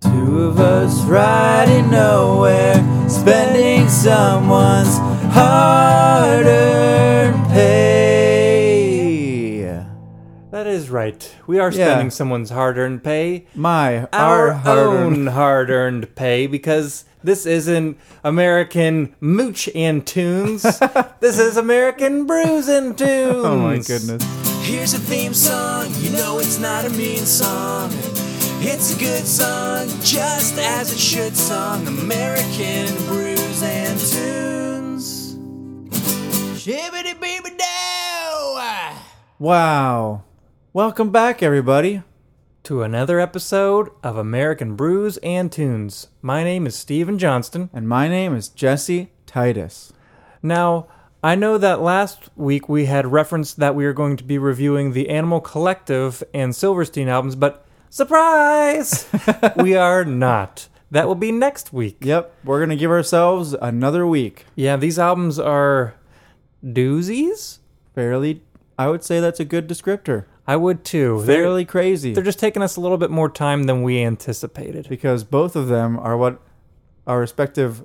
Two of us riding nowhere, spending someone's hard earned pay. That is right. We are Yeah. spending someone's hard earned pay. My, Our, our, hard-earned- own hard earned pay because this isn't American Mooch and Tunes. this is American Brews and Tunes. Oh my goodness. Here's a theme song, you know it's not a mean song. It's a good song, just as it should song. American brews and tunes. Shibbity beeby dow! Wow. Welcome back, everybody. To another episode of American Brews and Tunes. My name is Stephen Johnston. And my name is Jesse Titus. Now, I know that last week we had referenced that we were going to be reviewing the Animal Collective and Silverstein albums, but surprise! we are not. That will be next week. Yep, we're going to give ourselves another week. Yeah, these albums are doozies? Fairly, I would say that's a good descriptor. I would too. They're- Fairly crazy. They're just taking us a little bit more time than we anticipated. because both of them are what our respective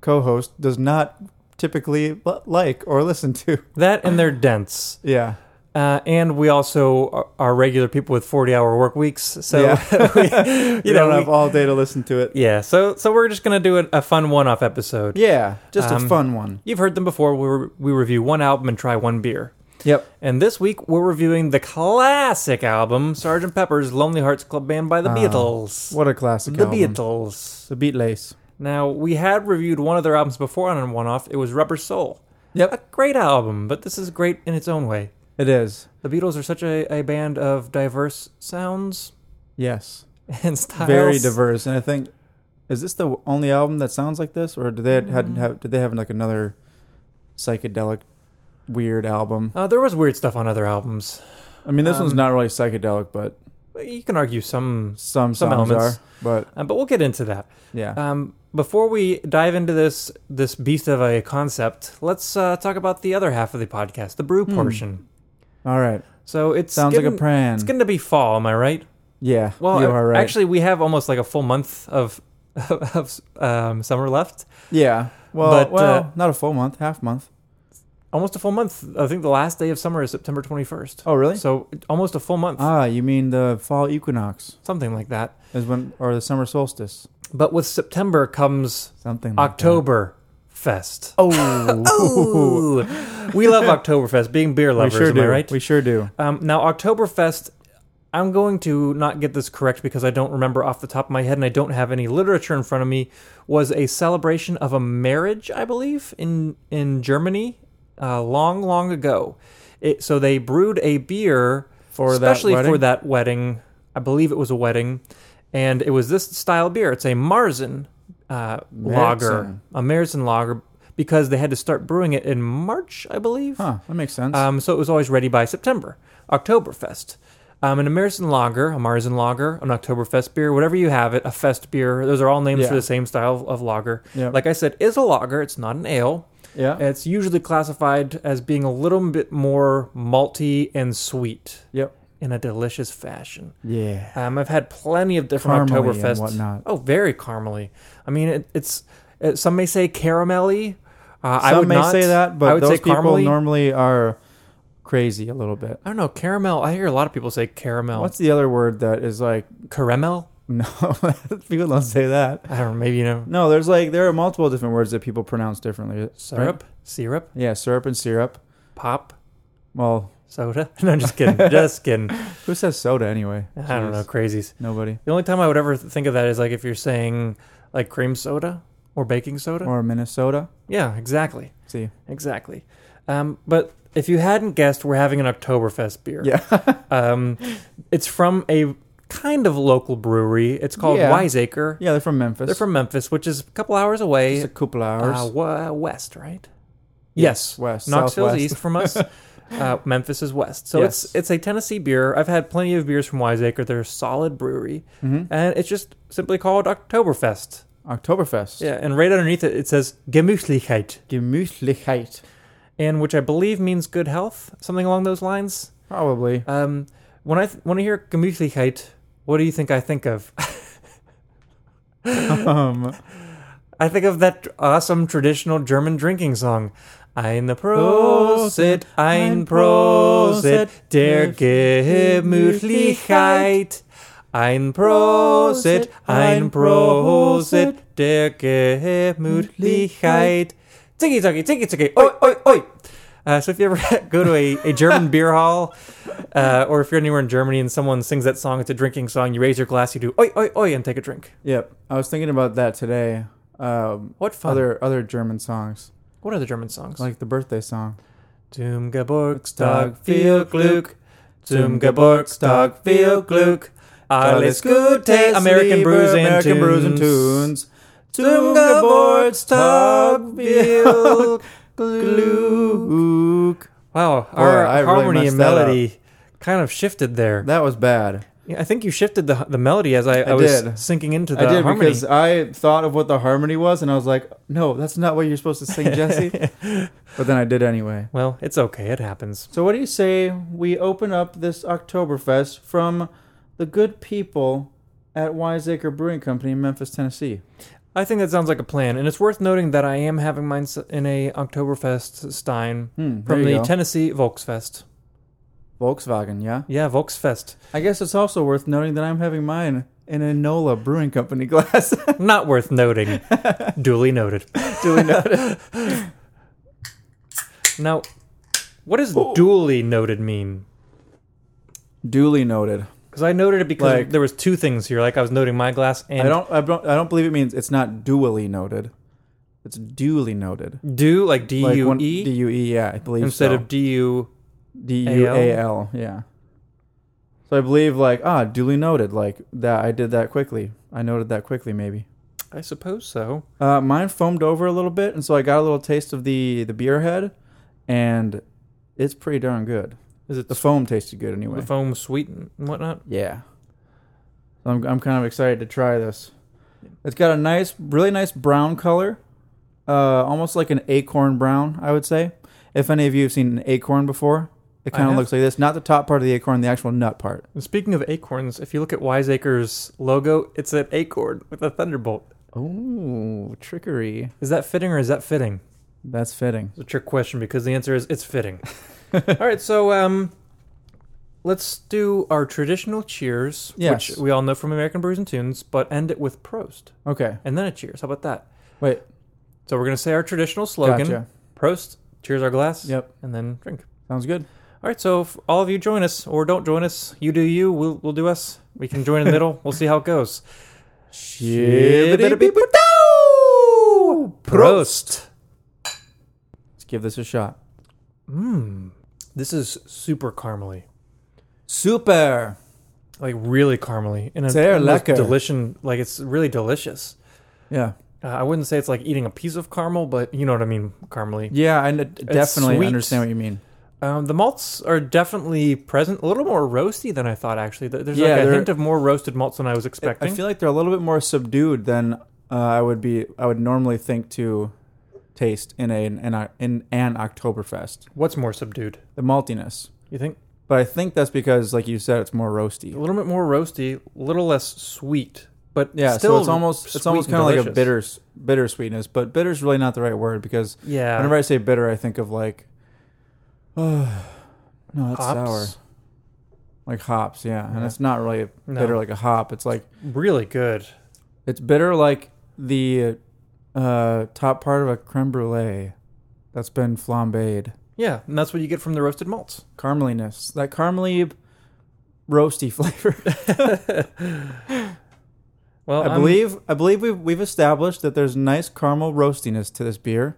co-host does not typically li- like or listen to. That and they're dense. Yeah. Uh, and we also are, are regular people with 40 hour work weeks. So, Yeah. we, You you know, don't we- have all day to listen to it. Yeah, so so we're just gonna do a, a fun one-off episode. Yeah, just a Um, fun one. You've heard them before. We re- we review one album and try one beer. Yep. And this week we're reviewing the classic album Sgt. Pepper's Lonely Hearts Club Band by the Beatles. Ah. What a classic the album. Beatles. The Beat Lace. Now we had reviewed one of their albums before on a one-off. It was Rubber Soul. Yep. A great album, but this is great in its own way. It is. The Beatles are such a, a band of diverse sounds Yes. and styles. Very diverse. And I think is this the only album that sounds like this or did they Mm-hmm. had, have did they have like another psychedelic weird album? Uh, there was weird stuff on other albums. I mean, this Um, one's not really psychedelic, but You can argue some some Some songs elements. are. But Um, but we'll get into that. yeah. Um, before we dive into this this beast of a concept, let's uh, talk about the other half of the podcast, the brew portion. all right. So it's Hmm. Sounds like a getting- plan. It's going to be fall, am I right? Yeah. Well, you uh, are right. actually, we have almost like a full month of of um, summer left. yeah. Well, but, well, uh, not a full month, half month. Almost a full month. I think the last day of summer is September twenty first. Oh, really? So almost a full month, ah, you mean the fall equinox something like that. is when, or the summer solstice, But with September comes something. Like October Fest. That. Oh, Ooh. we love Oktoberfest, being beer we lovers, sure am do. I right? We sure do. Um, now, Oktoberfest, I'm going to not get this correct because I don't remember off the top of my head and I don't have any literature in front of me, was a celebration of a marriage, I believe, in, in Germany uh, long, long ago. It, so they brewed a beer For that especially for wedding? that wedding. I believe it was a wedding. And it was this style beer. It's a Marzen uh, lager, a Marzen lager, because they had to start brewing it in March, I believe. Huh? That makes sense. Um, so it was always ready by September, Oktoberfest. Um, an American lager, a Marzen lager, an Oktoberfest beer, whatever you have it, a fest beer. Those are all names for Yeah. the same style of, of lager. Yep. Like I said, is a lager. It's not an ale. yeah. It's usually classified as being a little bit more malty and sweet yep. in a delicious fashion. Yeah. Um, I've had plenty of different Caramely and Oktoberfest. whatnot. Oh, very caramely. I mean, it, it's it, some may say caramelly. Uh, I Some would may not. say that, but I would those say people caramely. normally are crazy a little bit. I don't know caramel. I hear a lot of people say caramel. What's the other word that is like? caramel? No, people don't say that. I don't know. Maybe you know No, there's like there are multiple different words that people pronounce differently. right? syrup, syrup, Yeah, syrup and syrup. pop, Well, soda. No, I'm just kidding. just kidding. who says soda anyway? I don't know. Jeez. Crazies. Nobody. The only time I would ever think of that is like if you're saying like cream soda or baking soda. Or Minnesota. yeah, exactly, See. exactly. Um, but if you hadn't guessed, we're having an Oktoberfest beer. Yeah. Um, it's from a kind of local brewery. It's called Yeah. Wiseacre. yeah, they're from Memphis. They're from Memphis, which is a couple hours away. Just a couple hours. Uh, wa- west, right? Yes, west, Knoxville's southwest. east from us. uh, Memphis is west, so Yes. it's it's a Tennessee beer. I've had plenty of beers from Wiseacre. They're a solid brewery, Mm-hmm. and it's just simply called Oktoberfest. Oktoberfest. Yeah, and right underneath it, it says Gemütlichkeit, Gemütlichkeit. and which I believe means good health, something along those lines. Probably. Um, when I th- when I hear Gemütlichkeit, what do you think I think of? Um, I think of that awesome traditional German drinking song. Ein Prosit, ein Prosit der Gemütlichkeit. Ein Prosit, ein Prosit der Gemütlichkeit. Ziggy ziggy ziggy ziggy. Oi oi oi. Uh, so if you ever go to a, a German beer hall, uh, or if you're anywhere in Germany and someone sings that song, it's a drinking song. You raise your glass, you do oi oi oi, and take a drink. yep. I was thinking about that today. Um, What fun! other other German songs, what are the German songs? like the birthday song. Zum Geburtstag viel Glück. Zum Geburtstag viel Glück. Alles Gute, American Brews and American Tunes. Brews and Tunes. Zum Geburtstag viel Glück. Luke. Wow, our I really harmony messed and that up. melody kind of shifted there. That was bad. Yeah, I think you shifted the the melody as I, I, I was did. sinking into the I did harmony. because I thought of what the harmony was, and I was like, "No, that's not what you're supposed to sing, Jesse." but then I did anyway. well, it's okay. It happens. So, what do you say we open up this Oktoberfest from the good people at Wiseacre Brewing Company in Memphis, Tennessee? I think that sounds like a plan, and it's worth noting that I am having mine s- in a Oktoberfest Stein Hmm, from there you the go. Tennessee Volksfest. Volkswagen, yeah. Yeah, Volksfest. I guess it's also worth noting that I'm having mine in a Nola Brewing Company glass. Not worth noting. Duly noted. Duly noted. Now, what does duly noted mean? Duly noted. Because I noted it because Like- there was two things here. Like I was noting my glass and I don't, I don't, I don't believe it means it's not duly noted. It's duly noted. do like D Like U when- E D-U-E, yeah, I believe instead so. of D U. D U A L. Yeah. So I believe like ah duly noted like that I did that quickly. I noted that quickly maybe. I suppose so. Uh, mine foamed over a little bit, and so I got a little taste of the the beer head, and it's pretty darn good. Is it The the, foam tasted good anyway. the foam sweet and whatnot? yeah. I'm I'm kind of excited to try this. It's got a nice, really nice brown color, uh, almost like an acorn brown, I would say. If any of you have seen an acorn before, it I kind of have. looks like this. Not the top part of the acorn, the actual nut part. And speaking of acorns, if you look at Wiseacre's logo, it's an acorn with a thunderbolt. Oh, trickery. Is that fitting or is that fitting? That's fitting. It's a trick question because the answer is it's fitting. All right, so um, let's do our traditional cheers, Yes. which we all know from American Brews and Tunes, but end it with Prost Okay. and then a cheers. How about that? Wait. So we're gonna say our traditional slogan: Gotcha. Prost, cheers our glass, Yep. and then drink. Sounds good. All right, so if all of you join us or don't join us, you do you, we'll, we'll do us. We can join in the middle. We'll see how it goes. Shibbidi-bidi-bidi-doo! Prost. Let's give this a shot. Mmm, this is super caramely, Super. like really caramely, and it's Sehr lecker. delicious. Like it's really delicious. Yeah. Uh, I wouldn't say it's like eating a piece of caramel, but you know what I mean, caramely. Yeah, I n- definitely sweet. understand what you mean. Um, the malts are definitely present, a little more roasty than I thought. Actually, Th- there's Yeah, like a they're- hint of more roasted malts than I was expecting. I feel like they're a little bit more subdued than uh, I would be. I would normally think to taste in a in, a, in an Oktoberfest. What's more subdued? The maltiness, You think but I think that's because, like you said, it's more a roasty. little bit more roasty, a little less sweet, but Yeah, still so it's almost sweet it's almost and kind of like a delicious. bitter bitter sweetness, but bitter's really not the right word because Yeah, Whenever I say bitter, I think of like, no, that's sour, hops. like hops. Yeah, and Yeah. it's not really No. bitter like a hop. It's like Really good. it's bitter like the uh, top part of a creme brulee that's been flambéed. Yeah, and that's what you get from the roasted malts. Carameliness, that caramely, roasty flavor. Well, I I'm- believe I believe we've we've established that there's nice caramel roastiness to this beer.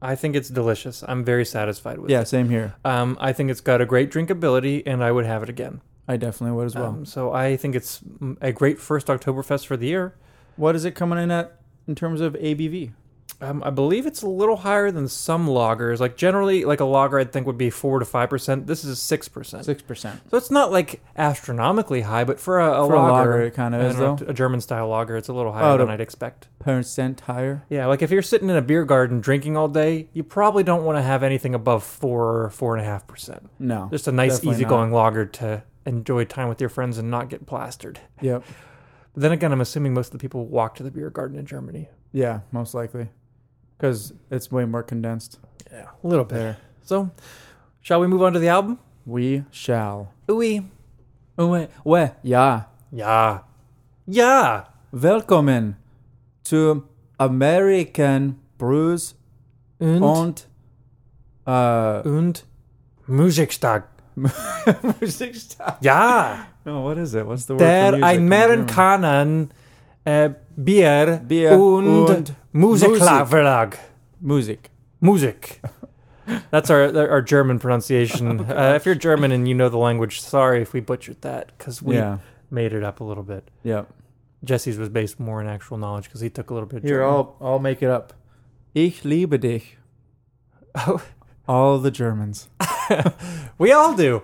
I think it's delicious. I'm very satisfied with Yeah, it. same here. Um, I think it's got a great drinkability, and I would have it again. I definitely would as well. Um, so I think it's mm, a great first Oktoberfest for the year. what is it coming in at in terms of ABV? Um, I believe it's a little higher than some lagers. Like generally, like a lager, I think would be four to five percent. This is six percent. Six percent. So it's not like astronomically high, but for a, a, For a lager, lager, it kind of I is, don't know, though. Oh, a German style lager, it's a little higher to- than I'd expect. Percent higher. Yeah, like if you're sitting in a beer garden drinking all day, you probably don't want to have anything above four or four and a half percent. No. Just a nice, Definitely easygoing lager to enjoy time with your friends and not get plastered. Yep. Then again, I'm assuming most of the people walk to the beer garden in Germany. Yeah, most likely, because it's way more condensed Yeah, a little bit. there. So, shall we move on to the album? We shall. Oui. Uwe, we, ja. Yeah. Yeah. Willkommen to American Brews Und und uh, und Musiktag. Musikstag. Ja. No, what is it? What's the word? Der for music in einen German? Kanon äh, Bier, Bier und, und Musikverlag. Musik. Oh Musik. That's our our German pronunciation. uh, if you're German and you know the language, sorry if we butchered that because we Yeah. made it up a little bit. Yeah. Jesse's was based more on actual knowledge because he took a little bit. Of Here, German. I'll I'll make it up. Ich liebe dich. Oh. All the Germans. We all do.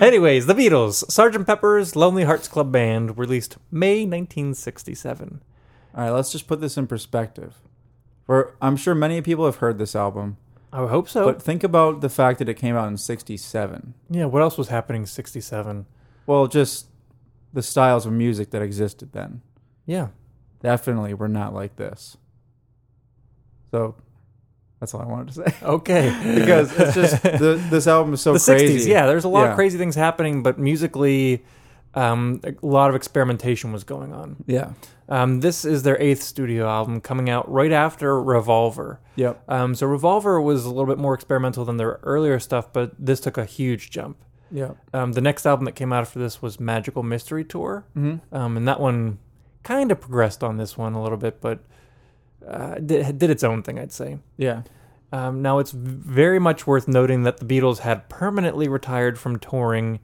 Anyways, the Beatles, Sgt. Pepper's Lonely Hearts Club Band, released May 1967. All right, let's just put this in perspective. For I'm sure many people have heard this album, I hope so. but think about the fact that it came out in '67. yeah, what else was happening in 67? Well, just the styles of music that existed then Yeah. definitely were not like this. So that's all I wanted to say Okay. because it's just the, this album is so the crazy. 60s, yeah, there's a lot Yeah. of crazy things happening, but musically, um, a lot of experimentation was going on. Yeah. Um, this is their eighth studio album coming out right after Revolver. Yep. Um, so Revolver was a little bit more experimental than their earlier stuff, but this took a huge jump. Yep. Um, the next album that came out after this was Magical Mystery Tour, mm-hmm. um, and that one kind of progressed on this one a little bit, but uh, did, did its own thing, I'd say. Yeah. Um, now, it's very much worth noting that the Beatles had permanently retired from touring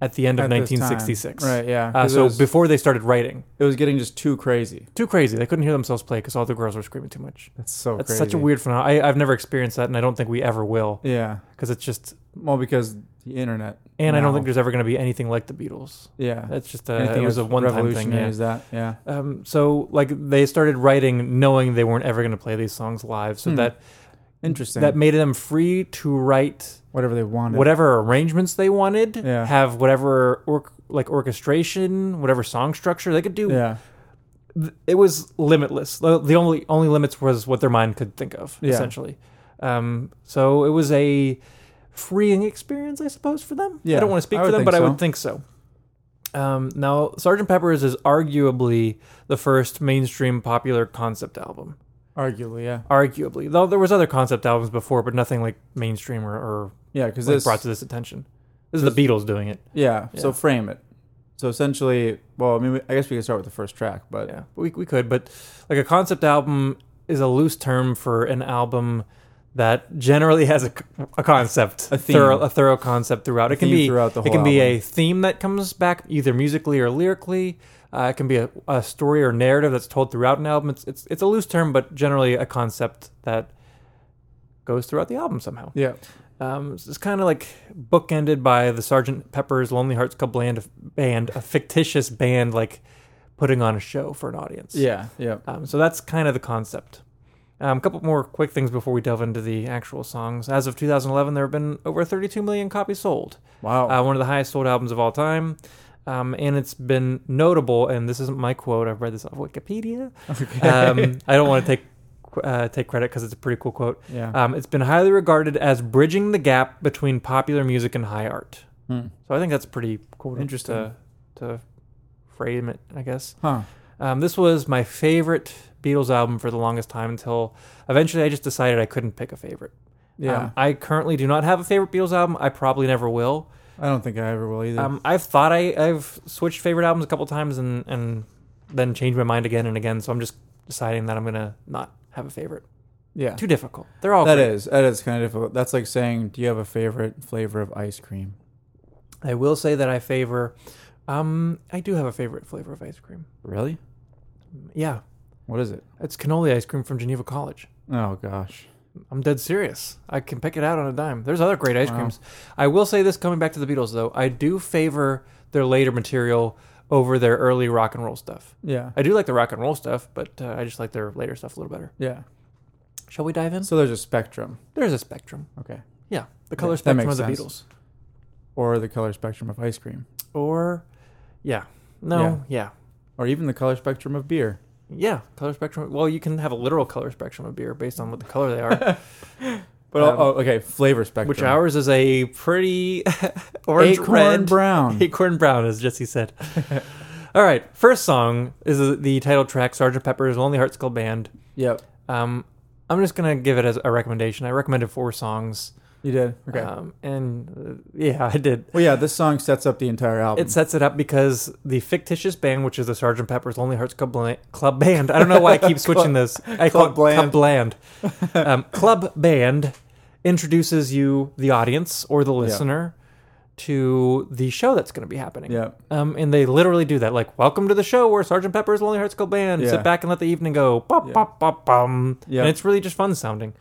at the end of At this time. 1966. Right, yeah, Uh, 'cause it so was- before they started writing, It was getting just too crazy. too crazy. They couldn't hear themselves play because all the girls were screaming too much. That's so That's crazy. such a weird phenomenon. I, I've never experienced that, and I don't think we ever will Yeah. because it's just. Well, because the internet. And I don't now. think there's ever going to be anything like the Beatles. Yeah. That's just a, Anything it was a as one-time thing. revolutionary Yeah. as that. Yeah. Um, so like they started writing knowing they weren't ever going to play these songs live, so Hmm. that Interesting. that made them free to write whatever they wanted. whatever arrangements they wanted, Yeah. have whatever or- like orchestration, whatever song structure they could do. Yeah. It was limitless. The the only only limits was what their mind could think of, Yeah. essentially. Um, so it was a freeing experience, I suppose, for them. Yeah, I don't want to speak I for would them, think but I so. would think so. Um, now, Sgt. Pepper's is arguably the first mainstream popular concept album. Arguably, yeah. Arguably, though there was other concept albums before, but nothing like mainstream or, or Yeah, because like, this. brought to this attention. This is the Beatles doing it. yeah, Yeah. So frame it. So essentially, well, I mean, we, I guess we could start with the first track, but Yeah, we we could, but like a concept album is a loose term for an album that generally has a, a concept, A theme. thorough a thorough concept throughout. It can theme be throughout the it whole can be album. a theme that comes back either musically or lyrically. Uh, it can be a, a story or narrative that's told throughout an album. It's it's it's a loose term, but generally a concept that goes throughout the album somehow. yeah, Um, it's kind of like bookended by the Sergeant Pepper's Lonely Hearts Club Band, band, a fictitious band like putting on a show for an audience. yeah, yeah. Um, so that's kind of the concept. Um, a couple more quick things before we delve into the actual songs. As of 2011, there have been over 32 million copies sold. Wow. Uh, one of the highest sold albums of all time. Um, and it's been notable, and this isn't my quote, I've read this off Wikipedia. Um, I don't want to take, uh, take credit because it's a pretty cool quote. Yeah. Um, it's been highly regarded as bridging the gap between popular music and high art. Hmm. So I think that's pretty cool to, Interesting. to, to frame it, I guess. Huh. Um, this was my favorite Beatles album for the longest time until eventually I just decided I couldn't pick a favorite. Yeah. Um, I currently do not have a favorite Beatles album. I probably never will. I don't think I ever will either. Um, I've thought I, I've switched favorite albums a couple times and, and then changed my mind again and again. So I'm just deciding that I'm going to not have a favorite. yeah. Too difficult. They're all That great. is that is kind of difficult. That's like saying, do you have a favorite flavor of ice cream? I will say that I favor. Um, I do have a favorite flavor of ice cream. Really? Yeah, What is it? it's cannoli ice cream from Geneva College. Oh gosh. I'm dead serious. I can pick it out on a dime. There's other great ice Wow. creams. I will say this coming back to the Beatles though, I do favor their later material over their early rock and roll stuff. Yeah. I do like the rock and roll stuff, but uh, I just like their later stuff a little better. Yeah. Shall we dive in? So there's a spectrum. There's a spectrum. Okay. Yeah, the color that spectrum makes of the sense. Beatles. Or the color spectrum of ice cream. Or, yeah, no, yeah. or even the color spectrum of beer. Yeah, color spectrum. Well, you can have a literal color spectrum of beer based on what the color they are, But Um, oh, okay, flavor spectrum. which ours is a pretty orange Acorn red brown. acorn brown, as Jesse said. All right, first song is the title track, Sgt. Pepper's Lonely Hearts Club Band. Yep, Um, I'm just gonna give it as a recommendation. I recommended four songs. you did. Okay. Um, and uh, yeah, I did. well, yeah, this song sets up the entire album. It sets it up because the fictitious band, which is the Sgt. Pepper's Lonely Hearts Club, Bla- Club Band. I don't know why I keep switching this. I Club call it Club Bland. Um, Club Band introduces you, the audience or the listener, to the show that's going to be happening. Yep. Um, and they literally do that. Like, welcome to the show where Sgt. Pepper's Lonely Hearts Club Band. Yeah. Sit back and let the evening go. Bop, bop, bop, bum. Yeah. And it's really just fun sounding.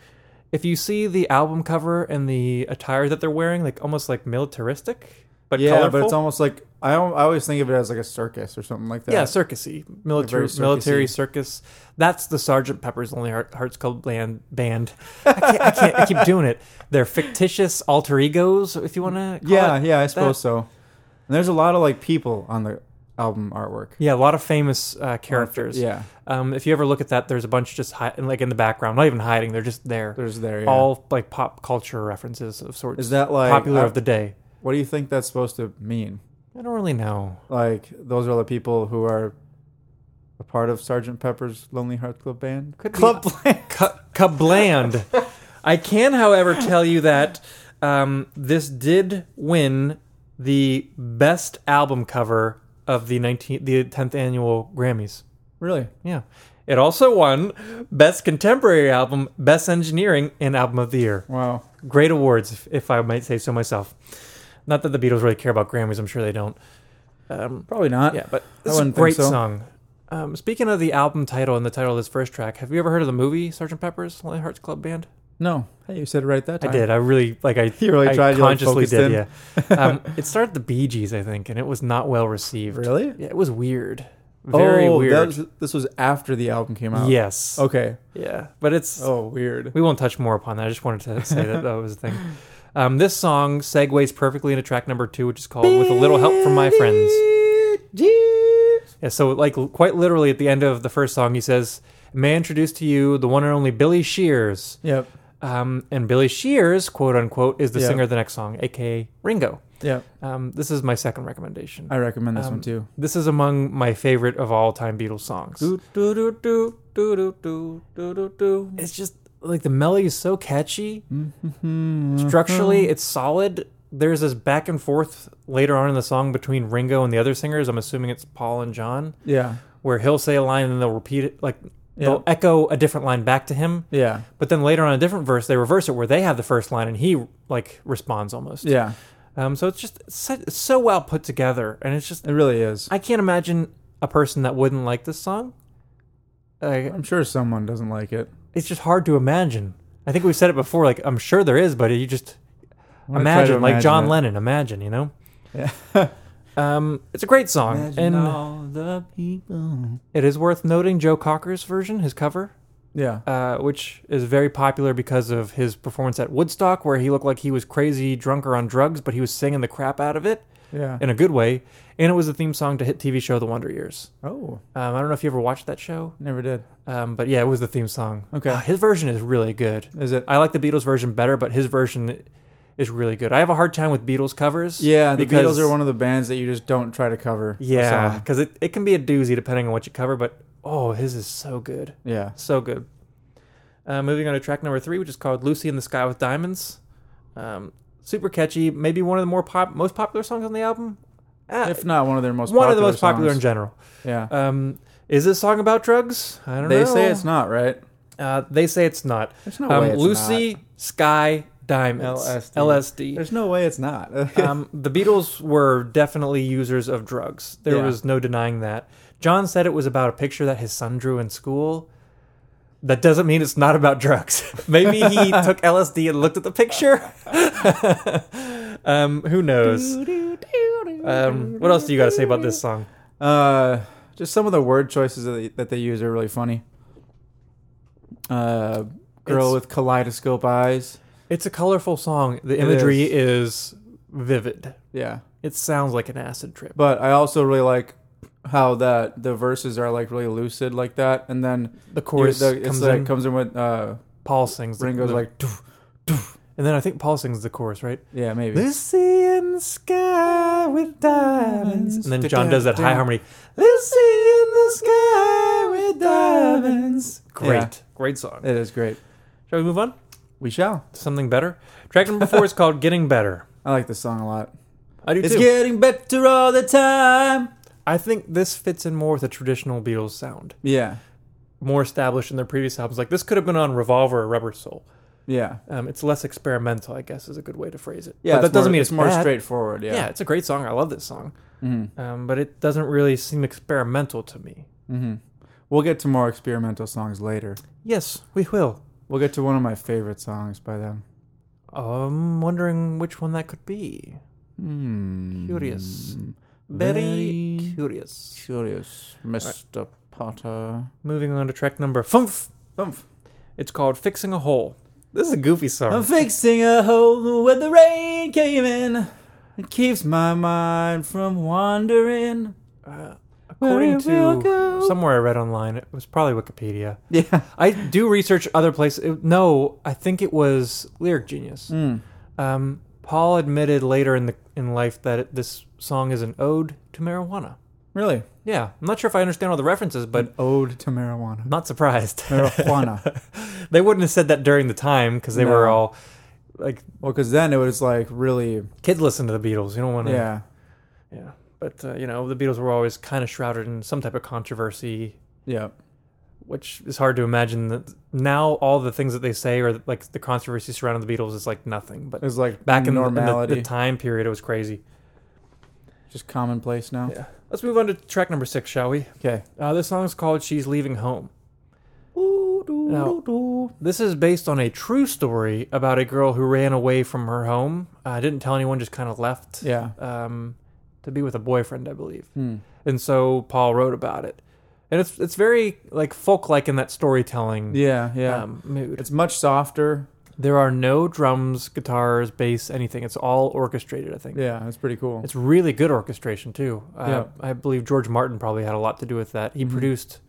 If you see the album cover and the attire that they're wearing, like almost like militaristic, but yeah, colorful. but it's almost like I, al- I always think of it as like a circus or something like that. Yeah, circusy military Like very circusy. military circus. That's the Sergeant Pepper's Lonely Heart, Hearts Club Band. Band. I, can't, I can't. I keep doing it. They're fictitious alter egos, if you want to. yeah, it yeah. I that. suppose so. And there's a lot of like people on the album artwork. Yeah, a lot of famous uh, characters. Yeah, Um, if you ever look at that, there's a bunch just hi- like in the background, not even hiding. They're just there. there's there. Yeah. All like pop culture references of sorts. is that like popular I- of the day? What do you think that's supposed to mean? I don't really know. Like those are the people who are a part of Sergeant Pepper's Lonely Hearts Club Band. Could be. Club Band. Ca- Kabland. I can, however, tell you that um, this did win the best album cover of the 19, the 10th annual Grammys. Really? Yeah. It also won Best Contemporary Album, Best Engineering, and Album of the Year. Wow. Great awards, if, if I might say so myself. Not that the Beatles really care about Grammys, I'm sure they don't. Um, Probably not. yeah, but this is a wouldn't think great so. song. Um, speaking of the album title and the title of this first track, have you ever heard of the movie Sgt. Pepper's Lonely Hearts Club Band? No. Hey, you said it right that I time. did. I really like. I You really I tried, you, like, consciously focused did. in. Yeah. Um, it started the Bee Gees, I think, and it was not well received. Really? Yeah, it was weird. Very oh, weird. that was- this was after the album came out. Yes. Okay. Yeah, but it's Oh, weird. we won't touch more upon that. I just wanted to say that that was the thing. Um, this song segues perfectly into track number two, which is called "With a Little Help from My Friends." Yeah, so like l- quite literally at the end of the first song, he says, "May I introduce to you the one and only Billy Shears." Yep. Um, and Billy Shears, quote unquote, is the Yeah. singer of the next song, aka Ringo. Yep. Um, this is my second recommendation. I recommend this Um, one too. This is among my favorite of all time Beatles songs. do do do do do do do do. It's just like the melody is so catchy. Mm-hmm. Structurally, it's solid. There's this back and forth later on in the song between Ringo and the other singers. I'm assuming it's Paul and John, Yeah. where he'll say a line and they'll repeat it. Like they'll Yeah. echo a different line back to him. Yeah. But then later on, a different verse, they reverse it where they have the first line and he like responds almost. Yeah. Um, so it's just so, it's so well put together, and it's just It really is. I can't imagine a person that wouldn't like this song. Like, I'm sure someone doesn't like it. it's just hard to imagine. I think we've said it before. Like I'm sure there is, but you just gonna imagine, try to like imagine John it. Lennon. Imagine, you know. Yeah. Um, it's a great song, and all the people. it is worth noting Joe Cocker's version, his cover, Yeah. uh, which is very popular because of his performance at Woodstock, where he looked like he was crazy drunk or on drugs, but he was singing the crap out of it Yeah. in a good way, and it was the theme song to hit TV show The Wonder Years. Oh, Um, I don't know if you ever watched that show, never did. um, but yeah, it was the theme song. Okay. Ah, his version is really good. Is it? I like the Beatles version better, but his version is really good. I have a hard time with Beatles covers. Yeah, the Beatles are one of the bands that you just don't try to cover. a Yeah, song. because it, it can be a doozy depending on what you cover, but oh, his is so good. Yeah. So good. Uh, moving on to track number three, which is called Lucy in the Sky with Diamonds. Um, super catchy, maybe one of the more pop, most popular songs on the album. Ah, If not one of their most one popular of the most popular in songs. general. yeah. Um, is this song about drugs? I don't they know. say it's not, right? Uh, they say it's not. There's no um, way it's Lucy Sky Diamonds. LSD. LSD. There's no way it's not. um, the Beatles were definitely users of drugs. There Yeah. was no denying that. John said it was about a picture that his son drew in school. That doesn't mean it's not about drugs. Maybe he took LSD and looked at the picture. um, who knows? Um, what else do you got to say about this song? uh, just some of the word choices that they, that they use are really funny. Uh, girl It's- with kaleidoscope eyes. It's a colorful song. The imagery is vivid. Yeah. It sounds like an acid trip. But I also really like how that the verses are like really lucid like that, and then The chorus you- the- it's comes like in. comes in with uh, Paul sings. the- Ringo's the- like, and then I think Paul sings the chorus, right? yeah, maybe. Lucy in the sky with diamonds. And then John does that high harmony. Lucy in the sky with diamonds. Great. Yeah. Great song. it is great. Shall we move on We shall. to something better? Track number four is called Getting Better. I like this song a lot. I do It's too. getting better all the time. I think this fits in more with the traditional Beatles sound. Yeah, More established in their previous albums. Like this could have been on Revolver or Rubber Soul. yeah, Um, it's less experimental, I guess, is a good way to phrase it. yeah. but that it's doesn't more- mean it's, it's, more bad. straightforward. Yeah. Yeah, Mm-hmm. it's a great song. I love this song. Um, but it doesn't really seem experimental to me. Mm-hmm. we'll get to more experimental songs later. Yes, we will. We'll get to one of my favorite songs by them. I'm wondering which one that could be. Hmm. Curious. Very, curious. curious, Mister Potter. Moving on to track number fünf. It's called Fixing a Hole. This is a goofy song. I'm fixing a hole where the rain came in. It keeps my mind from wandering. Uh, according Where it will to go. somewhere I read online, it was probably Wikipedia. Yeah. I do research other places. It- no, I think it was Lyric Genius. Hmm. Um, Paul admitted later in the in life that it, this song is an ode to marijuana. Really? Yeah, I'm not sure if I understand all the references, but An ode to marijuana. not surprised. Marijuana. they wouldn't have said that during the time because they were No. all like well, because then it was like really. kids listen to the Beatles. You don't want to. Yeah. Yeah. But uh, you know, the Beatles were always kind of shrouded in some type of controversy, Yeah. which is hard to imagine that now all the things that they say or like the controversy surrounding the Beatles is like nothing. But It was like back in, the- in the- normality. the, time period, it was crazy. Just commonplace now. Yeah. Let's move on to track number six, shall we? Okay. Uh, this song is called "She's Leaving Home." Now, This is based on a true story about a girl who ran away from her home. Uh, didn't tell anyone, just kind of left Yeah. Hmm. um, to be with a boyfriend, I believe. And so Paul wrote about it, and it's it's very like folk like in that storytelling Yeah. Yeah. um, mood. it's much softer. there are no drums, guitars, bass, anything. It's all orchestrated. I think Yeah. It's pretty cool. it's really good orchestration too. Uh, I believe George Martin probably had a lot to do with that. He Mm-hmm. produced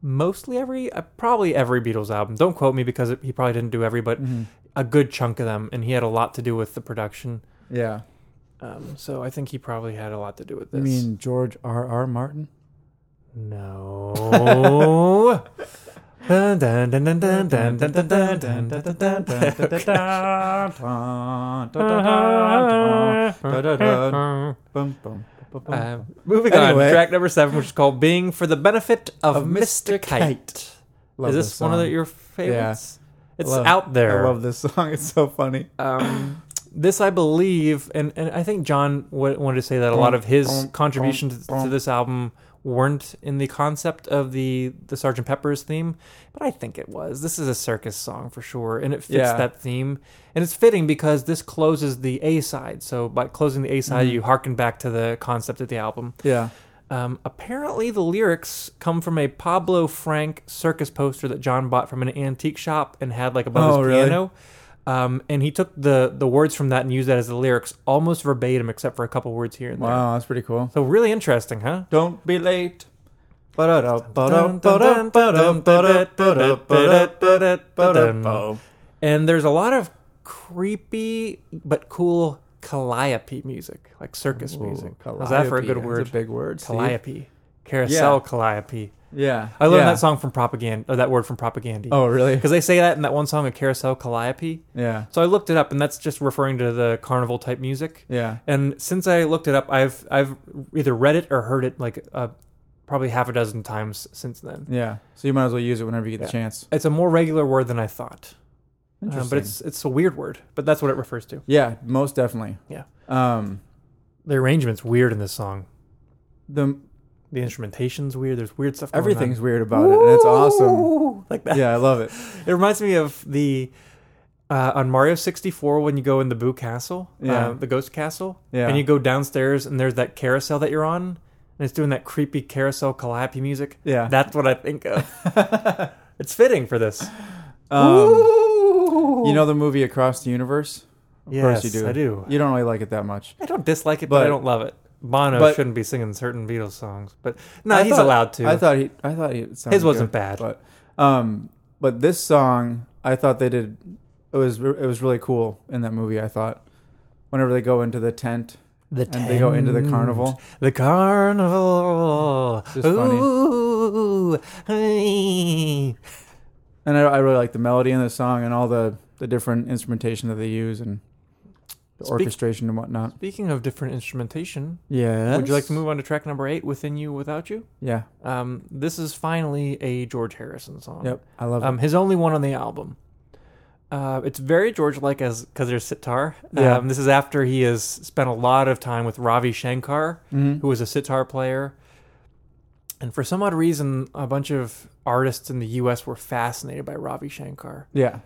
mostly every, uh, probably every Beatles album. Don't quote me because it, he probably didn't do every, but Mm-hmm. a good chunk of them, and he had a lot to do with the production. yeah. Um, so I think he probably had a lot to do with You this. mean George R. R. Martin? no. Dun, dun, dun, dun, dun, dun, dun, dun, dun, dun, dun, dun, dun, dun. Bum, bum, bum, bum. Um, moving on, Anyway. track number seven, which is called "Being for the Benefit of, Of Mr. Mr. Kite." Love is this, one of song. the, your favorites? It's love- out there. I love this song. It's so funny. um, this, I believe, and, and I think John w- wanted to say that a lot of his Bum, contributions bum, to this album weren't in the concept of the the Sgt. Pepper's theme, but I think it was. This is a circus song for sure, and it fits Yeah. that theme, and it's fitting because this closes the A side. So by closing the A side, Mm-hmm. you harken back to the concept of the album. Yeah. Um, apparently, the lyrics come from a Pablo Frank circus poster that John bought from an antique shop and had like above Oh, his really? piano. Um, and he took the the words from that and used that as the lyrics, almost verbatim, except for a couple words here and there. Wow, that's pretty cool. So really interesting, huh? Don't be late. Ba-da-da, ba-da, ba-da, ba-da, ba-da, ba-da, ba-da, ba-da, And ba-da. there's a lot of creepy but cool calliope music, like circus music. How's that for a good Calliope. word? That's a big word. Steve. Calliope, carousel Yeah. calliope. Yeah. I learned Yeah. that song from propaganda, or that word from propaganda. Oh, really? because they say that in that one song of Carousel Calliope. Yeah. So I looked it up, and that's just referring to the carnival type music. Yeah. And since I looked it up, I've I've either read it or heard it like uh, probably half a dozen times since then. Yeah. So you might as well use it whenever you get the chance. It's a more regular word than I thought, uh, but Interesting. it's it's a weird word. But that's what it refers to. Yeah, most definitely. Yeah, Um, the arrangement's weird in this song. the The instrumentation's weird. There's weird stuff. Going on. everything's weird about it, and it's awesome. Ooh, like that. Yeah, I love it. It reminds me of the uh, on Mario 64 when you go in the Boo Castle, Yeah. uh, the Ghost Castle, Yeah. and you go downstairs and there's that carousel that you're on, and it's doing that creepy carousel calliope music. Yeah. that's what I think of. it's fitting for this. Um, you know the movie Across the Universe? Of yes, course you do. I do. You don't really like it that much, I don't dislike it, but, I But- don't love it. Bono But- shouldn't be singing certain Beatles songs, but no, I he's thought- allowed to. I thought he. I thought he. it sounded His wasn't good, bad. but um, but this song, I thought they did. It was it was really cool in that movie. I thought whenever they go into the tent the and they go into the carnival, The carnival. Just funny. Ooh. hey. and I, I really like the melody in the song and all the the different instrumentation that they use and the Speak- orchestration and whatnot. Speaking of different instrumentation, Yeah. would you like to move on to track number eight, Within You, Without You? Yeah. Um, this is finally a George Harrison song. Yep. I love Um, his only one on the album. Uh, it's very George-like as because there's sitar. Yeah. Um, this is after he has spent a lot of time with Ravi Shankar, Mm-hmm. who was a sitar player. And for some odd reason, a bunch of artists in the U.S. were fascinated by Ravi Shankar it. Yeah.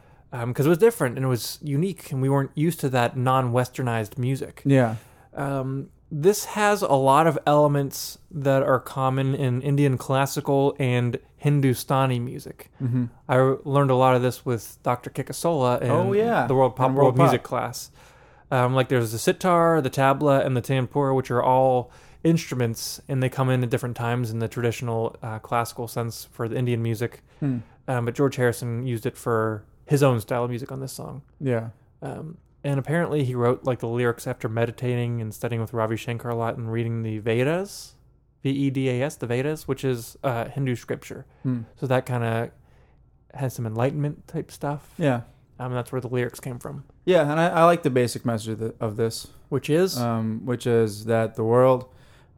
because it was different and it was unique, and we weren't used to that non-westernized music Yeah. um, this has a lot of elements that are common in Indian classical and Hindustani music. Mm-hmm. I learned a lot of this with Dr. Kikasola in Oh, yeah. the World Pop In World World Pop. Music class. Um, like there's the sitar, the tabla, and the tanpura, which are all instruments, and they come in at different times in the traditional uh, classical sense for the Indian music. Hmm. Um, but George Harrison used it for his own style of music on this song. Yeah. Um, and apparently, he wrote like the lyrics after meditating and studying with Ravi Shankar a lot and reading the Vedas, V E D A S, the Vedas, which is uh, Hindu scripture. Hmm. So that kind of has some enlightenment type stuff. Yeah. Um, that's where the lyrics came from, Yeah. And I, I like the basic message of, the, of this. which is um, which is that the world,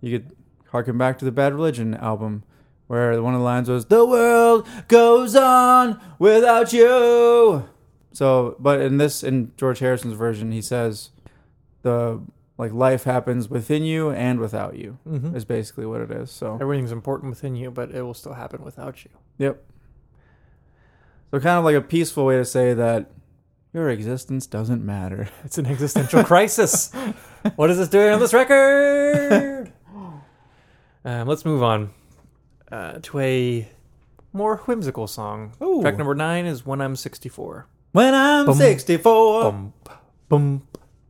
you could harken back to the Bad Religion album, where one of the lines was, The world goes on without you. So, but in this, in George Harrison's version, he says, the like life happens within you and without you Mhm. is basically what it is. So, everything's important within you, but it will still happen without you. yep. So, kind of like a peaceful way to say that your existence doesn't matter. It's an existential crisis. What is this doing on this record? um, let's move on uh, to a more whimsical song. Ooh. Track number nine is When I'm 64. When I'm 64, Bum, bum,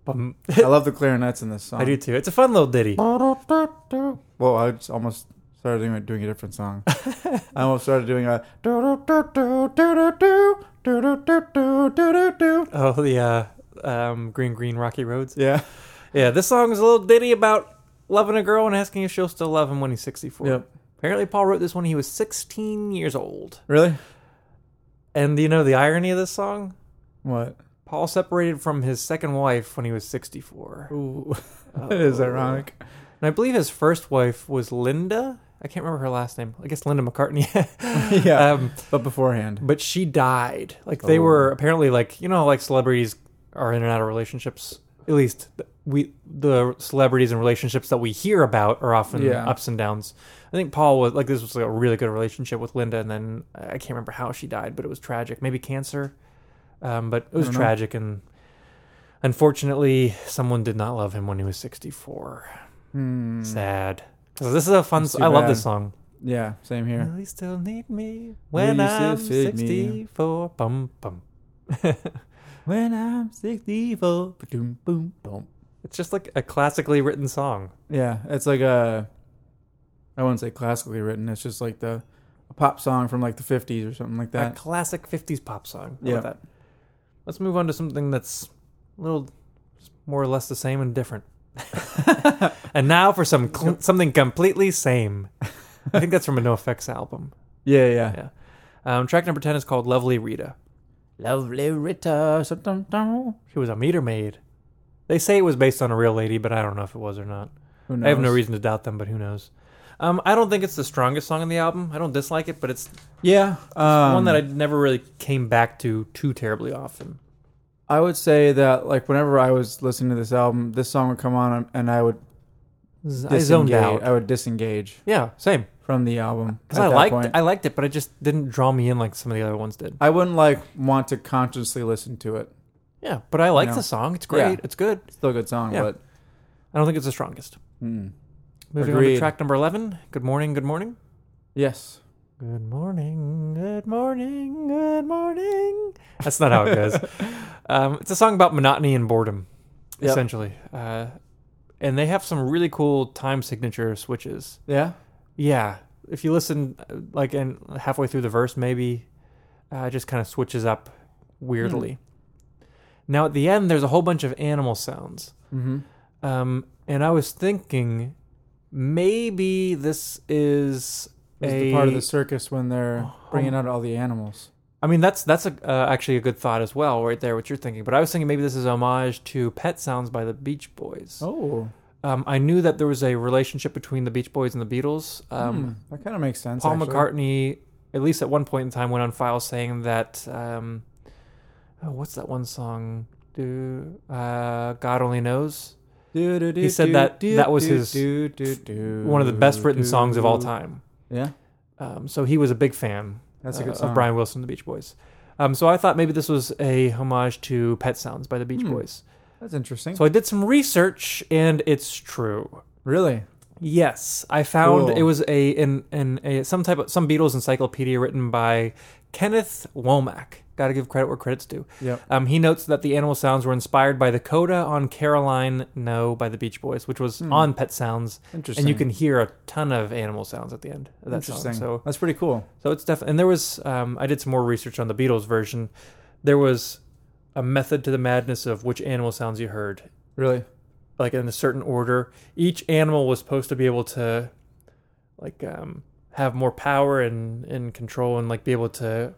bum. I love the clarinets in this song. I do too. It's a fun little ditty. Well, I just almost started doing a, doing a different song. I almost started doing a. Oh, the uh, um, Green Green Rocky Roads. Yeah. Yeah, this song is a little ditty about loving a girl and asking if she'll still love him when he's 64. Yep. Apparently, Paul wrote this when he was 16 years old. Really? And do you know the irony of this song? What? Paul separated from his second wife when he was 64. Ooh. it is ironic. And I believe his first wife was Linda. I can't remember her last name. I guess Linda McCartney. Yeah. Um, but beforehand. but she died. Like they Oh. were apparently like you know how, like celebrities are in and out of relationships. At least th- we the celebrities and relationships that we hear about are often Yeah. ups and downs. I think Paul was like this was like a really good relationship with Linda, and then uh, I can't remember how she died, but it was tragic. Maybe cancer, um, but it was don't know. tragic, and unfortunately, someone did not love him when he was sixty four. Hmm. Sad. So this is a fun. That's s- too I love bad. this song. Yeah, same here. Will you still need me when you still I'm feed me? 64? Bum bum. When I'm 64. Boom, boom, boom. It's just like a classically written song. Yeah, it's like a. I wouldn't say classically written. It's just like the a pop song from like the 50s or something like a that. classic 50s pop song. How Yeah. about that? Let's move on to something that's a little more or less the same and different. and now for some cl- something completely same. I think that's from a NoFX album. Yeah, yeah. Yeah. Um, track number 10 is called Lovely Rita. Lovely Rita. something- She was a meter maid. They say it was based on a real lady, but I don't know if it was or not. Who knows? I have no reason to doubt them, but who knows? Um, I don't think it's the strongest song on the album. I don't dislike it, but it's Yeah, um, one that I never really came back to too terribly often. I would say that like whenever I was listening to this album, this song would come on and I would I zoned disengage. out. I would disengage yeah, same. from the album Because at I that liked point. I liked it, but it just didn't draw me in like some of the other ones did. I wouldn't like want to consciously listen to it. Yeah, but I like No. the song. It's great. Yeah. It's good. Still a good song, Yeah. but I don't think it's the strongest. mm, Moving on Agreed. to track number eleven. Good morning. Good morning. yes, Good morning, good morning, good morning. That's not how it goes. um, it's a song about monotony and boredom, Yep. essentially. Uh, and they have some really cool time signature switches. Yeah. Yeah, if you listen uh, like in halfway through the verse, maybe uh, it just kind of switches up weirdly. Hmm. Now at the end, there's a whole bunch of animal sounds, Mm-hmm. um, and I was thinking maybe this is This a Oh, is the part of the circus when they're bringing out all the animals. I mean, that's that's a, uh, actually a good thought as well, right there. What you're thinking, but I was thinking maybe this is homage to "Pet Sounds" by the Beach Boys. Oh, Um, I knew that there was a relationship between the Beach Boys and the Beatles. Um, hmm. that kind of makes sense. Paul actually. McCartney, at least at one point in time, went on file saying that um, oh, what's that one song? Do uh, God only knows. Do, do, do, He said do, that- do, that was do, his- do, do, do, One of the best written do. songs of all time. Yeah, Um, so he was a big fan that's uh, a good song. of Brian Wilson, and the Beach Boys. Um, so I thought maybe this was a homage to Pet Sounds by the Beach Hmm. Boys. That's interesting. So I did some research, and it's true. really? Yes, I found Cool. it was a in in a, some type of some Beatles encyclopedia written by Kenneth Womack. Got to give credit where credit's due. Yep. Um, he notes that the animal sounds were inspired by the coda on Caroline No by the Beach Boys, which was on Pet Sounds, Hmm. Interesting. and you can hear a ton of animal sounds at the end of that Interesting. song. So, that's pretty cool. so it's definitely. And there was um, I did some more research on the Beatles version. There was a method to the madness of which animal sounds you heard Really? like in a certain order. Each animal was supposed to be able to like um have more power and and control and like be able to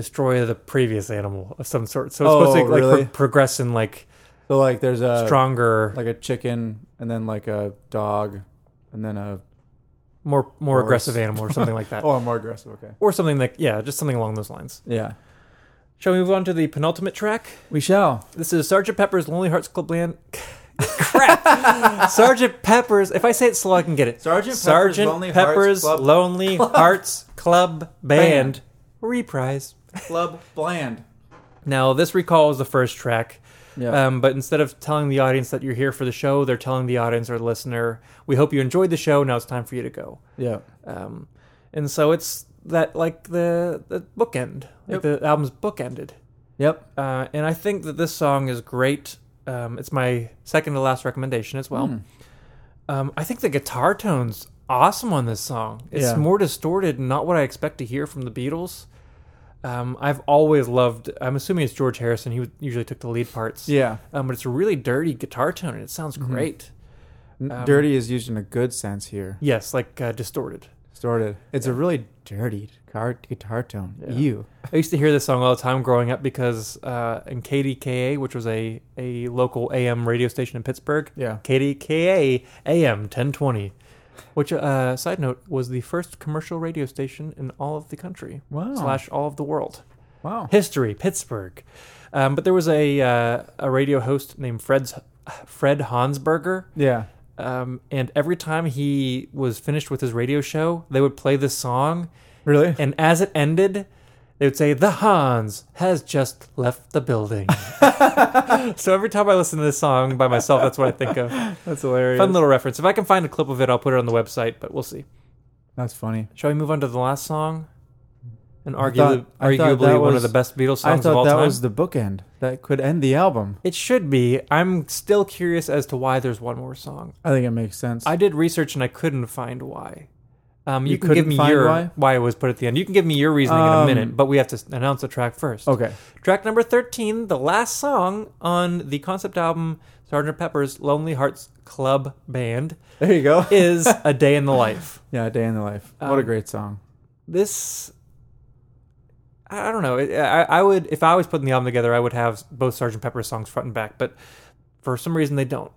destroy the previous animal of some sort. So it's supposed to Oh, like really? pro- progress in like So like, there's a stronger, like a chicken, and then like a dog, and then a more more horse. aggressive animal or something like that. oh, I'm more aggressive. Okay. Or something like yeah, just something along those lines. Yeah. Shall we move on to the penultimate track? We shall. This is Sergeant Pepper's Lonely Hearts Club Band. Crap. Sergeant Pepper's. If I say it slow, I can get it. Sergeant Pepper's Sergeant Lonely Hearts Pepper's Club- Lonely Hearts Club Band. reprise. Club bland. Now, this recall is the first track, Yeah. um, but instead of telling the audience that you're here for the show, they're telling the audience or the listener, "We hope you enjoyed the show. Now it's time for you to go." yeah. Um, and so it's that like the the bookend, like Yep. the album's bookended. Yep. Uh, and I think that this song is great. Um, it's my second to last recommendation as Hmm. well. Um, I think the guitar tone's awesome on this song. It's Yeah. more distorted, and not what I expect to hear from the Beatles. Um, I've always loved. I'm assuming it's George Harrison. He would- usually took the lead parts. Yeah. Mm-hmm. Um, but it's a really dirty guitar tone, and it sounds great. N- um, dirty is used in a good sense here. Yes, like uh, distorted. Distorted. It's a really dirty guitar, guitar tone. Yeah. Ew. I used to hear this song all the time growing up because uh, in KDKA, which was a, a local AM radio station in Pittsburgh, Yeah. KDKA AM 1020, which, uh, side note, was the first commercial radio station in all of the country Wow. slash all of the world. Wow. History, Pittsburgh. Um, but there was a uh, a radio host named Fred's, Fred Hansberger, Yeah. um, and every time he was finished with his radio show, they would play this song, Really? and as it ended, they would say, The Hans has just left the building. so every time I listen to this song by myself, that's what I think of. That's hilarious. Fun little reference. If I can find a clip of it, I'll put it on the website, but we'll see. That's funny. Shall we move on to the last song? And I arguably, thought- I thought arguably that one of was- the best Beatles I songs of all thought that time. was the bookend that could end the album. It should be. I'm still curious as to why there's one more song. I think it makes sense. I did research and I couldn't find why. Um, you, You can give couldn't me find your why? it was put at the end. You can give me your reasoning in a Um, minute, but we have to s- announce the track first. okay. Track number 13, the last song on the concept album Sgt. Pepper's Lonely Hearts Club Band, There you go. is A Day in the Life. yeah, Day in the Life. what a Um, great song. This, I I don't know. It- I, I would, if I was putting the album together, I would have both Sgt. Pepper's songs front and back, but for some reason they don't.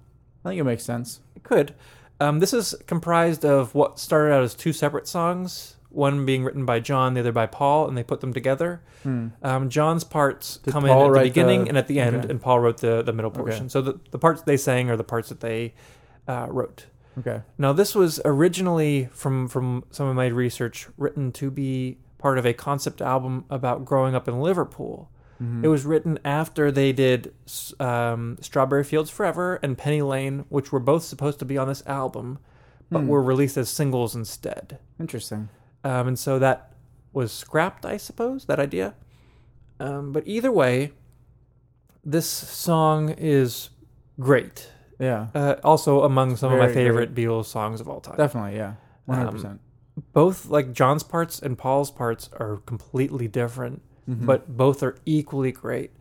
I think it makes sense. It could. Um, this is comprised of what started out as two separate songs, one being written by John, the other by Paul, and they put them together. Hmm. Um, John's parts come Paul in at write the beginning the- and at the end, Okay. and Paul wrote the, the middle portion. So the, the parts they sang are the parts that they uh, wrote. Okay. Now, this was originally, from, from some of my research, written to be part of a concept album about growing up in Liverpool. Mm-hmm. It was written after they did s- um, Strawberry Fields Forever and Penny Lane, which were both supposed to be on this album, Hmm. but were released as singles instead. Interesting. Um, and so that was scrapped, I suppose, that idea. Um, but either way, this song is great. Yeah. Uh, also among some of my Very great. favorite Beatles songs of all time. Definitely. Yeah. Um, One hundred percent. both like John's parts and Paul's parts are completely different, Mm-hmm. but both are equally great.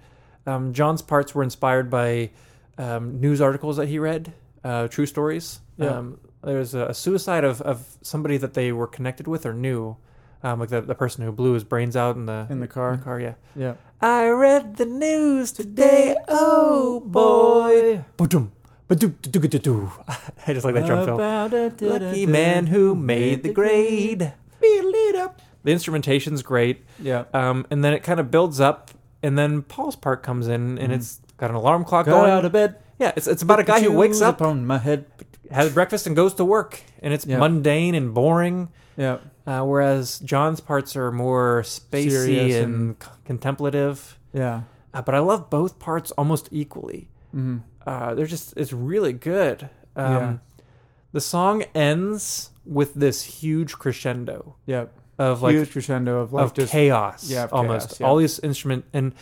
Um, John's parts were inspired by um, news articles that he read, uh, true stories. Yeah. Um, there was a, a suicide of, of somebody that they were connected with or knew, um, like the, the person who blew his brains out in the In the car. car, yeah. Yeah. I read the news today. Oh boy! Ba-dum, ba-doo, do, do, do, do. I just like that drum fill. About a Lucky man who made the grade. Be a leader. The instrumentation's great. Yeah. Um, and then it kind of builds up, and then Paul's part comes in, and it's got an alarm clock Mm-hmm. Got going. out of bed. yeah, it's, it's about a guy who wakes Shoes up, upon my head. has breakfast, and goes to work. And it's Yeah. mundane and boring. Yeah. Uh, whereas John's parts are more spacey Serious and, and- c- contemplative. Yeah. Mm-hmm. Uh, but I love both parts almost equally. Uh, they're just, it's really good. Um, Yeah. The song ends with this huge crescendo Yeah. of like Huge crescendo of like of just chaos, yeah, of almost chaos, yeah. all these instrument and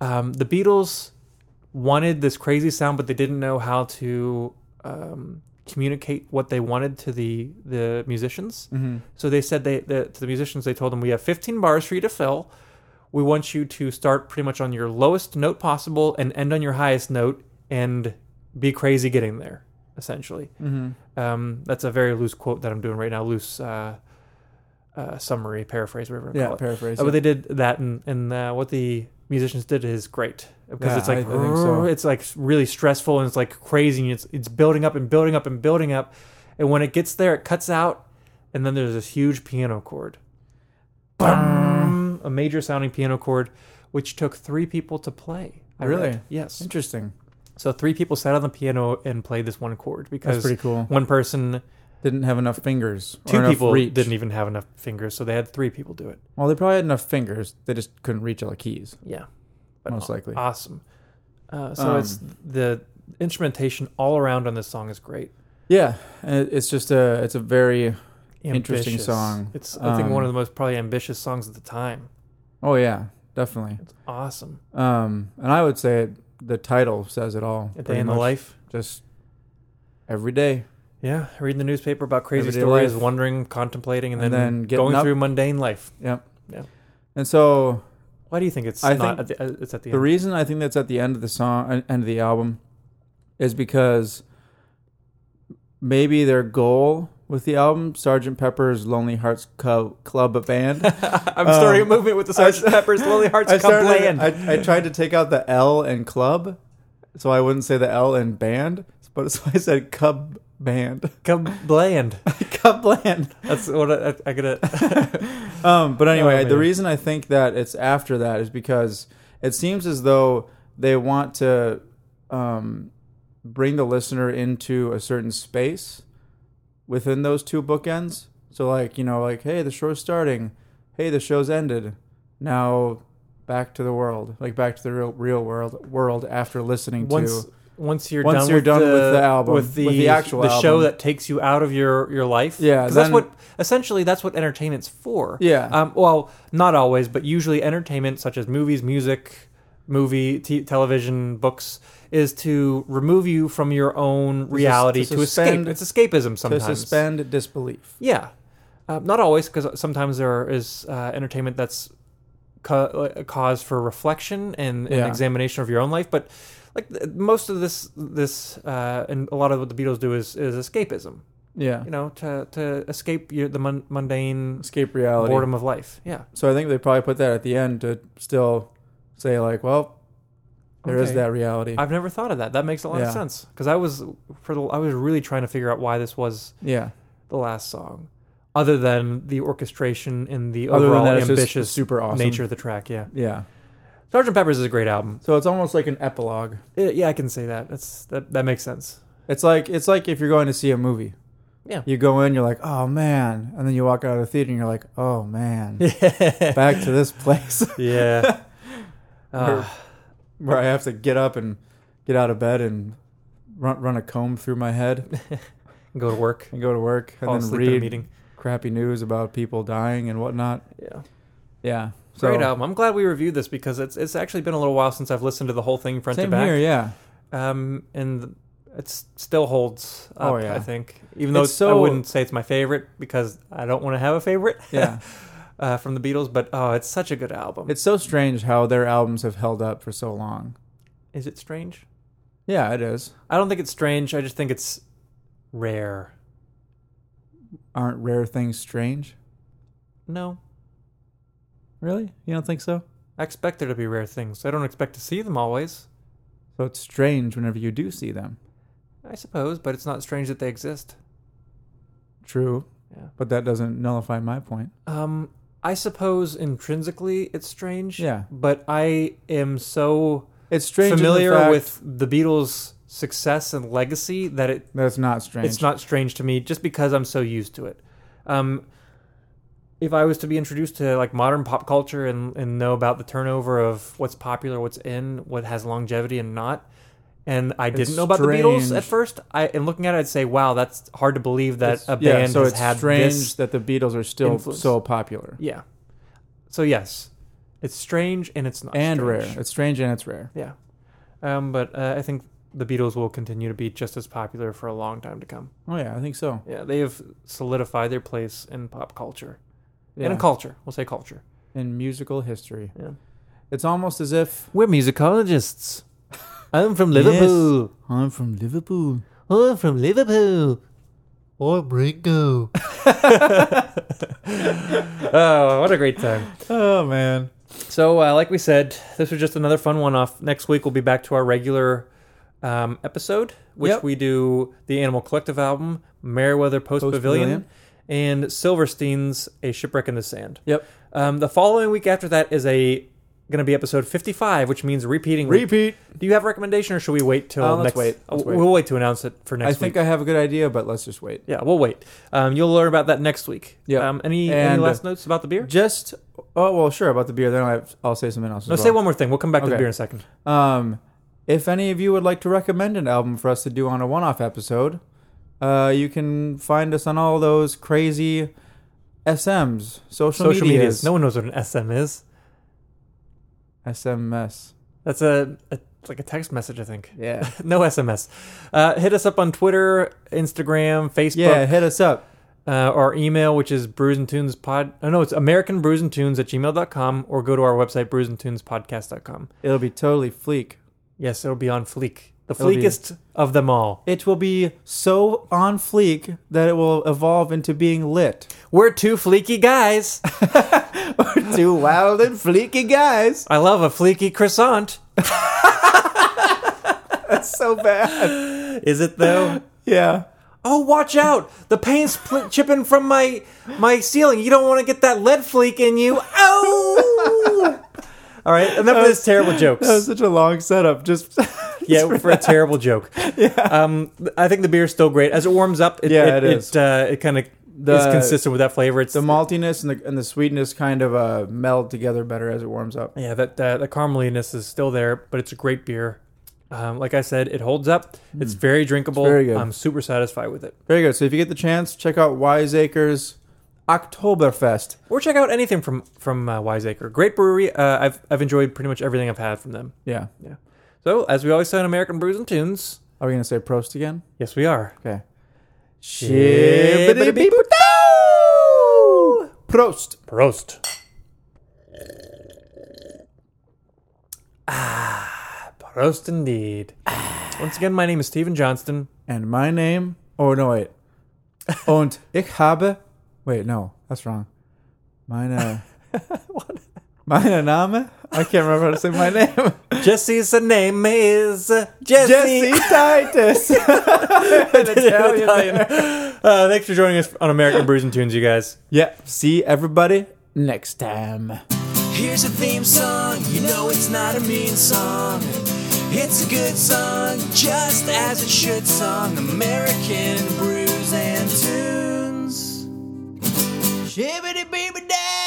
um, the Beatles wanted this crazy sound, but they didn't know how to um, communicate what they wanted to the the musicians. Mm-hmm. So they said they the, to the musicians they told them we have 15 bars for you to fill. We want you to start pretty much on your lowest note possible and end on your highest note and be crazy getting there. Essentially, Mm-hmm. um, that's a very loose quote that I'm doing right now. Loose. Uh, uh, summary, paraphrase, whatever. you Yeah, call it. paraphrase, Uh, yeah. But they did that, and, and uh, what the musicians did is great because Yeah, it's like I- I think so. it's like really stressful and it's like crazy and it's it's building up and building up and building up, and when it gets there, it cuts out, and then there's this huge piano chord, Bum! a major sounding piano chord, which took three people to play. I read. Really? Yes. interesting. So three people sat on the piano and played this one chord because pretty cool. One person, Didn't have enough fingers. or two enough people reach. didn't e- even have enough fingers, so they had three people do it. Well, they probably had enough fingers. They just couldn't reach all the keys. Yeah, But Most aw- likely. Um, Awesome. Uh, so it's the instrumentation all around on this song is great. Yeah, and it- it's just a it's a very Interesting Ambitious. song. It's I think Um, one of the most probably ambitious songs at the time. oh yeah definitely. It's awesome. Um, and I would say it, the title says it all. A day pretty in the much. life. just every day. Yeah, reading the newspaper about crazy Everyday stories, life. wondering, contemplating, and then, And then getting going up. through mundane life. Yep. Yeah. And so Why do you think it's I not? think at the, uh, it's at the, the end. reason I think that's at the end of the song, uh, end of the album, is because maybe their goal with the album, Sergeant Pepper's Lonely Hearts Club, Club Band. I'm starting a movement with the Sergeant Pepper's Lonely Hearts Um, I, Club started, Band. I, I tried to take out the L and club, so I wouldn't say the L in band, but so I said Cub Band, Come bland. Cub Band. That's what I, I, I gotta. Um, but anyway, Oh, the man. reason I think that it's after that is because it seems as though they want to um, bring the listener into a certain space within those two bookends. So, like, you know, like, hey, the show's starting. Hey, the show's ended. Now back to the world, like back to the real, real world, world after listening once to. once you're Once done you're with done the, with the album, with the, with the actual the show album. that takes you out of your your life Yeah, 'Cause that's then- what essentially that's what entertainment's for Yeah. um well not always but usually entertainment such as movies music movie t- television books is to remove you from your own reality to to, escape suspend- it's escapism To sometimes suspend disbelief. yeah, uh, not always because sometimes there is uh, entertainment that's ca- a cause for reflection and, and Yeah. examination of your own life. But like th- most of this, this uh, and a lot of what the Beatles do is is escapism. Yeah. You know, to to escape your, the mun- mundane Escape reality. boredom of life. Yeah, So I think they probably put that at the end to still say like, well, there is Okay. that reality. I've never thought of that. That makes a lot of Yeah. sense because I was for the, I was really trying to figure out why this was yeah. the last song. Other than the orchestration and the Other than overall that, it's just ambitious, super awesome. nature of the track, yeah. Yeah. Sergeant Pepper's is a great album. So it's almost like an epilogue. Uh, yeah, I can say that. That's that, that makes sense. It's like it's like if you're going to see a movie. Yeah. You go in, you're like, oh man, and then you walk out of the theater, and you're like, oh man, back to this place Yeah. uh, where I have to get up and get out of bed and run run a comb through my head go to work. and go to work and Fall then asleep read in a meeting. crappy news about people dying and whatnot. Yeah. Yeah. So, Great album. I'm glad we reviewed this because it's it's actually been a little while since I've listened to the whole thing front to Same back. here. Yeah. Um, and it still holds up. Oh, yeah. I think, even though It's it's- I so- wouldn't say it's my favorite because I don't want to have a favorite. Yeah. uh, from the Beatles, but oh, it's such a good album. it's so strange how their albums have held up for so long. Is it strange? Yeah, it is. I don't think it's strange. I just think it's rare. Aren't rare things strange? No, Really? You don't think so? I expect there to be rare things. I don't expect to see them always. So it's strange whenever you do see them. I suppose, but it's not strange that they exist. True. Yeah. But that doesn't nullify my point. Um, I suppose intrinsically it's strange. Yeah. But I am so It's strange. in the familiar fact with the Beatles' success and legacy that it that it's not strange. It's not strange to me just because I'm so used to it. Um, if I was to be introduced to like modern pop culture and, and know about the turnover of what's popular, what's in, what has longevity and not, and I didn't It's know about the Beatles strange. at first, I and looking at it, I'd say, wow, that's hard to believe that It's- a band yeah, so has it's had strange this. that the Beatles are still influence. so popular yeah. So yes, it's strange and it's not and strange. rare. It's strange and it's rare. Yeah. Um, but uh, I think the Beatles will continue to be just as popular for a long time to come. Oh yeah, I think so. Yeah, they have solidified their place in pop culture. Yeah. And in culture. We'll say culture. in musical history. Yeah. It's almost as if We're musicologists. I'm from Liverpool. I'm from Liverpool. I'm from Liverpool. Or Ringo. Oh, what a great time. Oh man. So, uh, like we said, this was just another fun one off. Next week, we'll be back to our regular um, episode, which Yep. we do the Animal Collective album, Meriwether Post, Post Pavilion, Pavilion. and Silverstein's A Shipwreck in the Sand. Yep. Um, the following week after that is a going to be episode 55, which means repeating week. Repeat. Do you have a recommendation, or should we wait till Uh, let's next? wait. Let's wait. We'll wait to announce it for next I think week. I have a good idea, but let's just wait. yeah, we'll wait. Um, you'll learn about that next week. Yeah. Um, any any And- uh, last notes about the beer? Just oh well, sure about the beer. Then I have, I'll say something else. No, as say well. one more thing. We'll come back to the Okay. beer in a second. Um, if any of you would like to recommend an album for us to do on a one-off episode, uh, you can find us on all those crazy SMs, social, Social medias. medias, No one knows what an SM is. SMS. That's a, a like a text message, I think. Yeah. No SMS. Uh, hit us up on Twitter, Instagram, Facebook, yeah, hit us up. uh, our email, which is Brews and Tunes Pod. Oh, no, it's American Brews and Tunes at gmail.com or go to our website, Brews and Tunes Podcast.com. It'll be totally fleek. Yes, it'll be on Fleek. The It'll be- fleekest of them all. It will be so on fleek that it will evolve into being lit. We're two fleeky guys. Two wild and fleeky guys. I love a fleeky croissant. So bad. Is it though? Yeah. oh, watch out! The paint's pl- chipping from my my ceiling. You don't want to get that lead fleek in you. Oh! All right, enough of this terrible jokes. That was such a long setup. Just yeah, for a terrible joke. Um, th- I think the beer's still great as it warms up. It, Yeah, it, it is. It, uh, it kind of is The- consistent with that flavor. It's the maltiness and the and the sweetness kind of uh, meld together better as it warms up. Yeah, that, that the carameliness is still there, but it's a great beer. Um, like I said, it holds up. It's very drinkable. Mm. It's very good. I'm super satisfied with it. Very good. So if you get the chance, check out Wiseacres Oktoberfest. Or check out anything from from uh, Wiseacre. Great brewery. Uh, I've I've enjoyed pretty much everything I've had from them. Yeah. Yeah. So as we always say on American Brews and Tunes, Are we gonna say prost again? yes we are. Okay. Shibbity-beep-a-doo! Prost. Prost. Ah, prost indeed. Once again, my name is Stephen Johnston. And my name. Oh no, wait. Und ich habe. Wait, no, that's wrong. Meine. what? Meine Name. I can't remember how to say my name. Jesse's name is Jesse. Jesse Titus. Italian. Uh, thanks for joining us on American Brews and Tunes, you guys. Yeah. See everybody next time. Here's a theme song, you know it's not a mean song. It's a good song, just as it should song. American brews and tunes. Shibbity beeby da!